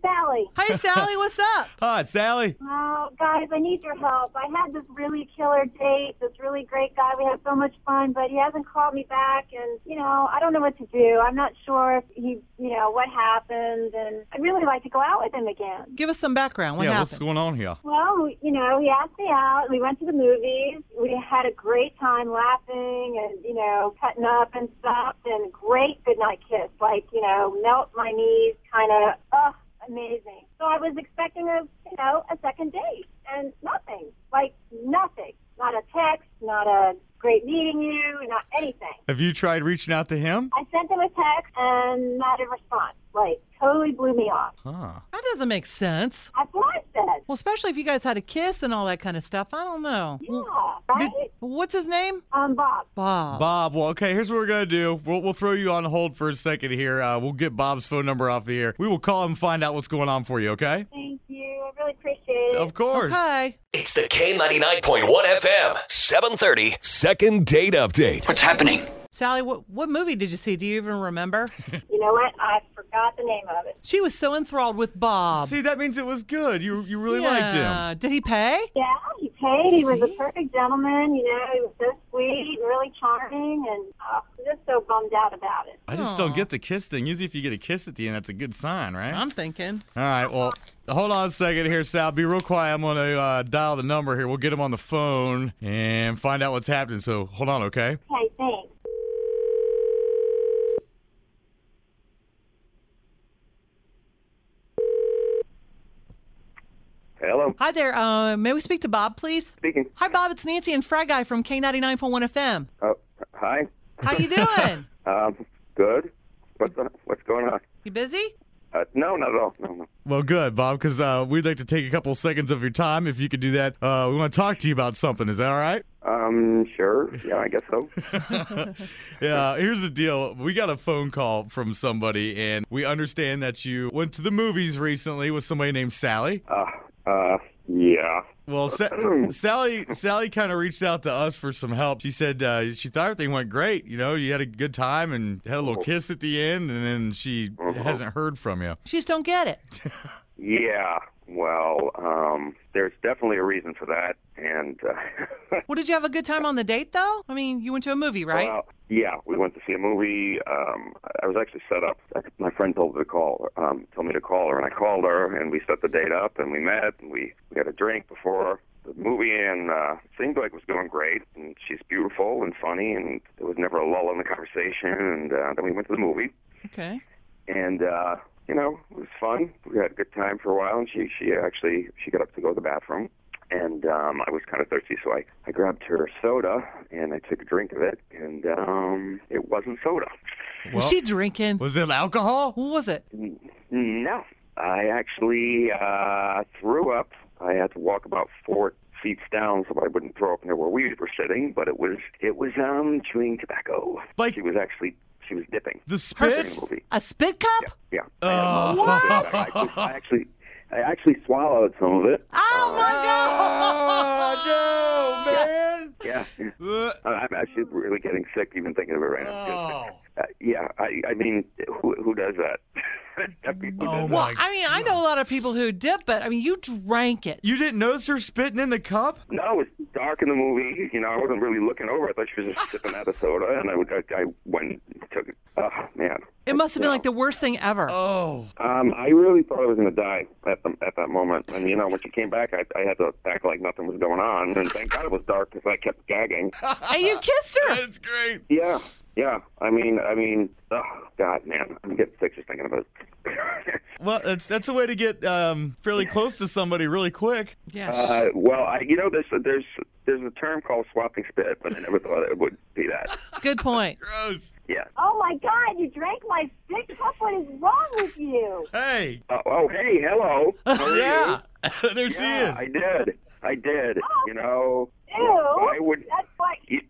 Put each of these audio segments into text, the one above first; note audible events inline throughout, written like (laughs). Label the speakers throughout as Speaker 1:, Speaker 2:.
Speaker 1: Sally.
Speaker 2: Hi, Sally. What's up?
Speaker 3: Hi, Sally.
Speaker 1: Oh, guys, I need your help. I had this really killer date, this really great guy. We had so much fun, but he hasn't called me back, and you know, I don't know what to do. I'm not sure if he, you know, what happened, and I'd really like to go out with him again.
Speaker 2: Give us some background. What
Speaker 3: yeah, what's
Speaker 2: happened?
Speaker 3: going on here?
Speaker 1: Well, you know, he asked me out. We went to the movies. We had a great time laughing and, you know, cutting up and stuff, and great goodnight kiss. Like, you know, melt my knees, kind of, ugh, amazing. So I was expecting a, you know, a second date, and nothing. Like, nothing. Not a text, not a great meeting you, not anything.
Speaker 3: Have you tried reaching out to him?
Speaker 1: I sent him a text and not a response. Like, totally blew me off.
Speaker 3: Huh.
Speaker 2: That doesn't make sense.
Speaker 1: That's what I said.
Speaker 2: Well, especially if you guys had a kiss and all that kind of stuff. I don't know.
Speaker 1: Yeah,
Speaker 2: Well,
Speaker 1: right?
Speaker 2: did- what's his name?
Speaker 1: um, Bob.
Speaker 2: Bob.
Speaker 3: Bob, well, okay, here's what we're going to do. We'll, we'll throw you on hold for a second here. Uh, we'll get Bob's phone number off the air. We will call him and find out what's going on for you, okay?
Speaker 1: Thank you. I really appreciate it.
Speaker 3: Of course.
Speaker 2: Hi.
Speaker 4: It's the K99.1 FM, 730.
Speaker 5: Second date update.
Speaker 6: What's happening?
Speaker 2: Sally, what, what movie did you see? Do you even
Speaker 3: (laughs)
Speaker 2: remember?
Speaker 1: You know what? I forgot the name of it.
Speaker 2: she was so enthralled with Bob.
Speaker 3: See, that means it was good. You, you really liked him.
Speaker 2: Yeah. Did he pay?
Speaker 1: Yeah, he paid. He was a perfect gentleman. You know, he was so sweet and really charming, and uh, I'm just so bummed out about it.
Speaker 3: I just don't get the kiss thing. Usually, if you get a kiss at the end, that's a good sign, right?
Speaker 2: I'm thinking.
Speaker 3: All right, well, hold on a second here, Sal. Be real quiet. I'm going to uh, dial the number here. We'll get him on the phone and find out what's happening. So hold on, okay?
Speaker 1: Okay, thanks.
Speaker 7: Hello,
Speaker 2: Hi there. Uh, may we speak to Bob, please?
Speaker 7: speaking.
Speaker 2: Hi, Bob. It's Nancy and Fry Guy from K99.1 FM.
Speaker 7: Oh, hi.
Speaker 2: How
Speaker 1: (laughs)
Speaker 2: you doing?
Speaker 7: Um, good. What's uh, what's going on?
Speaker 2: you busy?
Speaker 7: Uh, no, not at all. No, no.
Speaker 3: Well, good, Bob, because uh, we'd like to take a couple seconds of your time. If you could do that, uh, we want to talk to you about something. Is that all right?
Speaker 7: Um, sure. Yeah, I guess so.
Speaker 3: Yeah, here's the deal. We got a phone call from somebody, and we understand that you went to the movies recently with somebody named Sally.
Speaker 7: Uh, uh, yeah.
Speaker 3: Well,
Speaker 7: (clears throat) Oh.
Speaker 3: Sa- Sally Sally kind of reached out to us for some help. She said uh, she thought everything went great. You know, you had a good time and had a
Speaker 7: Oh.
Speaker 3: little kiss at the end, and then she
Speaker 7: Uh-huh.
Speaker 3: hasn't heard from you.
Speaker 2: She just don't get it.
Speaker 7: Yeah. Well, um, there's definitely a reason for that, and uh, (laughs)
Speaker 2: Well, did you have a good time on the date, though? I mean, you went to a movie, right?
Speaker 7: well, yeah, we went to see a movie. Um, I was actually set up. My friend told me to call. Um, told me to call her, and I called her, and we set the date up, and we met, and we we had a drink before the movie, and uh, seemed like it was going great. And she's beautiful and funny, and there was never a lull in the conversation. And uh, then we went to the movie,
Speaker 2: Okay.
Speaker 7: and uh, you know it was fun. We had a good time for a while, and she she actually she got up to go to the bathroom, and um, I was kind of thirsty, so I I grabbed her soda and I took a drink of it, and um, it wasn't soda.
Speaker 2: was
Speaker 3: Well-
Speaker 2: she drinking?
Speaker 3: Was it alcohol?
Speaker 2: what was it?
Speaker 7: No, I actually uh, threw up. I had to walk about four seats down so I wouldn't throw up near where we were sitting, but it was it was um chewing tobacco.
Speaker 3: Like-
Speaker 7: she was actually she was dipping.
Speaker 3: The
Speaker 7: during
Speaker 3: spit?
Speaker 7: the movie.
Speaker 2: A spit cup?
Speaker 7: Yeah.
Speaker 3: Oh.
Speaker 7: I
Speaker 3: (laughs)
Speaker 7: had a mouthful of it. I actually- I actually I actually swallowed some of it.
Speaker 2: Oh
Speaker 7: Ah,
Speaker 3: Oh, no, man.
Speaker 7: Yeah.
Speaker 3: Ugh.
Speaker 7: I- I'm actually really getting sick even thinking of it right now.
Speaker 3: Oh,
Speaker 7: Uh, yeah, I, I mean, who, who does that? (laughs) I mean, who
Speaker 3: oh
Speaker 7: does
Speaker 3: my.
Speaker 2: I mean, I know a lot of people who dip, but I mean, you drank it.
Speaker 3: You didn't notice her spitting in the cup?
Speaker 7: No, it was dark in the movie. You know, I wasn't really looking over. I thought she was just sipping out of soda, and I, would, I, I went and took it. Oh, man.
Speaker 2: It must have been like the worst thing ever.
Speaker 3: Oh.
Speaker 7: Um, I really thought I was going to die at, the, at that moment. And, you know, when she came back, I, I had to act like nothing was going on. And thank God it was dark because I kept gagging.
Speaker 2: and you kissed her.
Speaker 3: That's great.
Speaker 7: Yeah, yeah. I mean, I mean, oh, God, man. I'm getting sick just thinking about it. (laughs)
Speaker 3: Well, that's that's a way to get um, fairly close to somebody really quick.
Speaker 2: Yeah.
Speaker 7: Uh, well, I, you know, there's there's there's a term called swapping spit, but I never thought it would be that.
Speaker 2: Good point.
Speaker 3: Gross.
Speaker 7: Yeah.
Speaker 1: Oh my God, you drank my spit cup. What is wrong with you?
Speaker 3: (laughs) Hey.
Speaker 7: Oh, oh hey, hello. How are you?
Speaker 3: Yeah. there she (laughs)
Speaker 7: Yeah,
Speaker 3: is.
Speaker 7: I did. I did. You know,
Speaker 1: Ew.
Speaker 7: why would
Speaker 1: That's like
Speaker 7: you-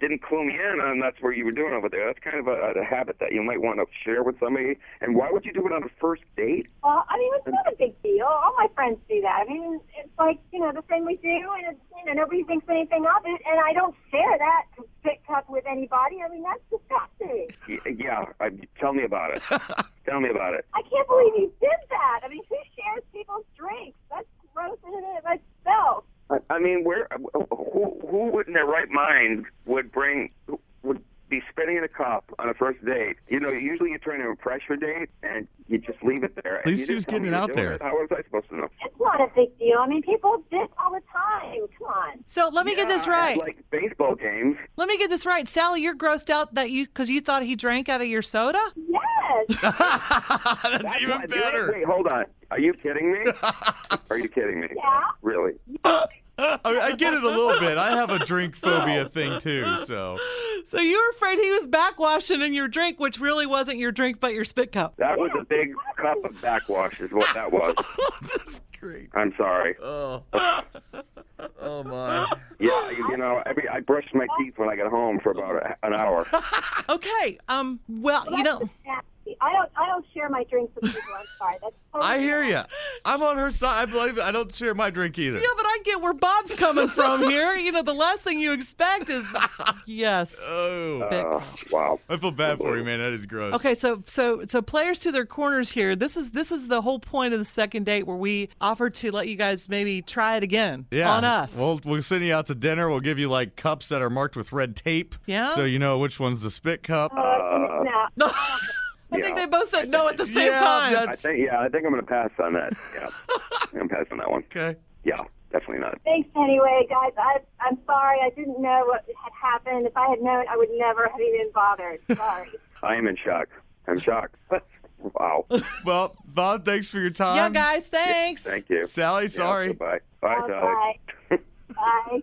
Speaker 7: didn't clue me in on that's what you were doing over there. That's kind of a, a habit that you might want to share with somebody. And why would you do it on a first date?
Speaker 1: Well, I mean, it's not a big deal. All my friends do that. I mean, it's like, you know, the thing we do, and, it's, you know, nobody thinks anything of it, and I don't share that sick cup with anybody. I mean, that's disgusting.
Speaker 7: Y- Yeah, I, tell me about it. tell me about it.
Speaker 1: I can't believe you did that. I mean, who shares people's drinks? That's gross in and of itself.
Speaker 7: I, I mean, where who who would in their right mind would bring would be spitting in a cup on a first date? You know, usually you try to impress your date and you just leave it there. At
Speaker 3: least she was getting it out there.
Speaker 7: How was I supposed to know?
Speaker 1: It's not a big deal. I mean, people dip all the time. Come on.
Speaker 2: So let me get this
Speaker 7: Yeah,
Speaker 2: right.
Speaker 7: it's Like baseball games.
Speaker 2: let me get this right. Sally, you're grossed out that you because you thought he drank out of your soda.
Speaker 1: Yes.
Speaker 3: (laughs) That's, even
Speaker 7: why-
Speaker 3: better.
Speaker 7: Wait, hold on. Are you
Speaker 3: (laughs)
Speaker 7: kidding me? Are you kidding me?
Speaker 1: Yeah.
Speaker 7: Really?
Speaker 3: I, mean, I get it a little bit. I have a drink phobia thing too. (laughs) So
Speaker 2: So you were afraid he was backwashing in your drink, which really wasn't your drink but your spit cup.
Speaker 7: That was a big cup of backwash, is what that was.
Speaker 3: great.
Speaker 7: I'm sorry.
Speaker 3: Oh, oh my.
Speaker 7: Yeah, you, you know, every I brushed my teeth when I got home for about a, an hour.
Speaker 2: Okay. Um. Well, you
Speaker 1: That's
Speaker 2: know.
Speaker 1: nasty. I don't. I don't share my drinks with people. I'm sorry. That's totally
Speaker 3: I hear you. I'm on her side. I believe I don't share my drink
Speaker 2: (laughs)
Speaker 3: either.
Speaker 2: Yeah, but I get where Bob's coming
Speaker 7: (laughs)
Speaker 2: from here. You know, the last thing you expect is yes.
Speaker 3: Oh,
Speaker 2: Vic.
Speaker 7: Uh, wow.
Speaker 3: I feel bad for you, man. That is gross.
Speaker 2: Okay, so so so players to their corners here. This is this is the whole point of the second date where we offer to let you guys maybe try it again
Speaker 3: Yeah.
Speaker 2: on us.
Speaker 3: We'll we'll send you out to dinner. We'll give you like cups that are marked with red tape.
Speaker 2: Yeah.
Speaker 3: So you know which one's the spit cup.
Speaker 1: Uh, no.
Speaker 2: no, I think they
Speaker 7: Yeah.
Speaker 2: both said no at the same
Speaker 3: (laughs) Yeah,
Speaker 2: time.
Speaker 7: I
Speaker 3: that's-
Speaker 7: think, yeah, I think I'm going to pass on that. Yeah.
Speaker 3: (laughs)
Speaker 7: I'm going to pass on that one.
Speaker 3: okay.
Speaker 7: Yeah, definitely not.
Speaker 1: Thanks anyway, guys. I, I'm sorry. I didn't know what had happened. If I had known, I would never have even bothered. Sorry.
Speaker 7: I am in shock. I'm shocked. (laughs) wow.
Speaker 3: Well, Bob, thanks for your time.
Speaker 2: yeah, guys, thanks.
Speaker 7: Thank you.
Speaker 3: Sally, sorry.
Speaker 7: Yeah, goodbye. Bye, Sally.
Speaker 1: Bye. Bye.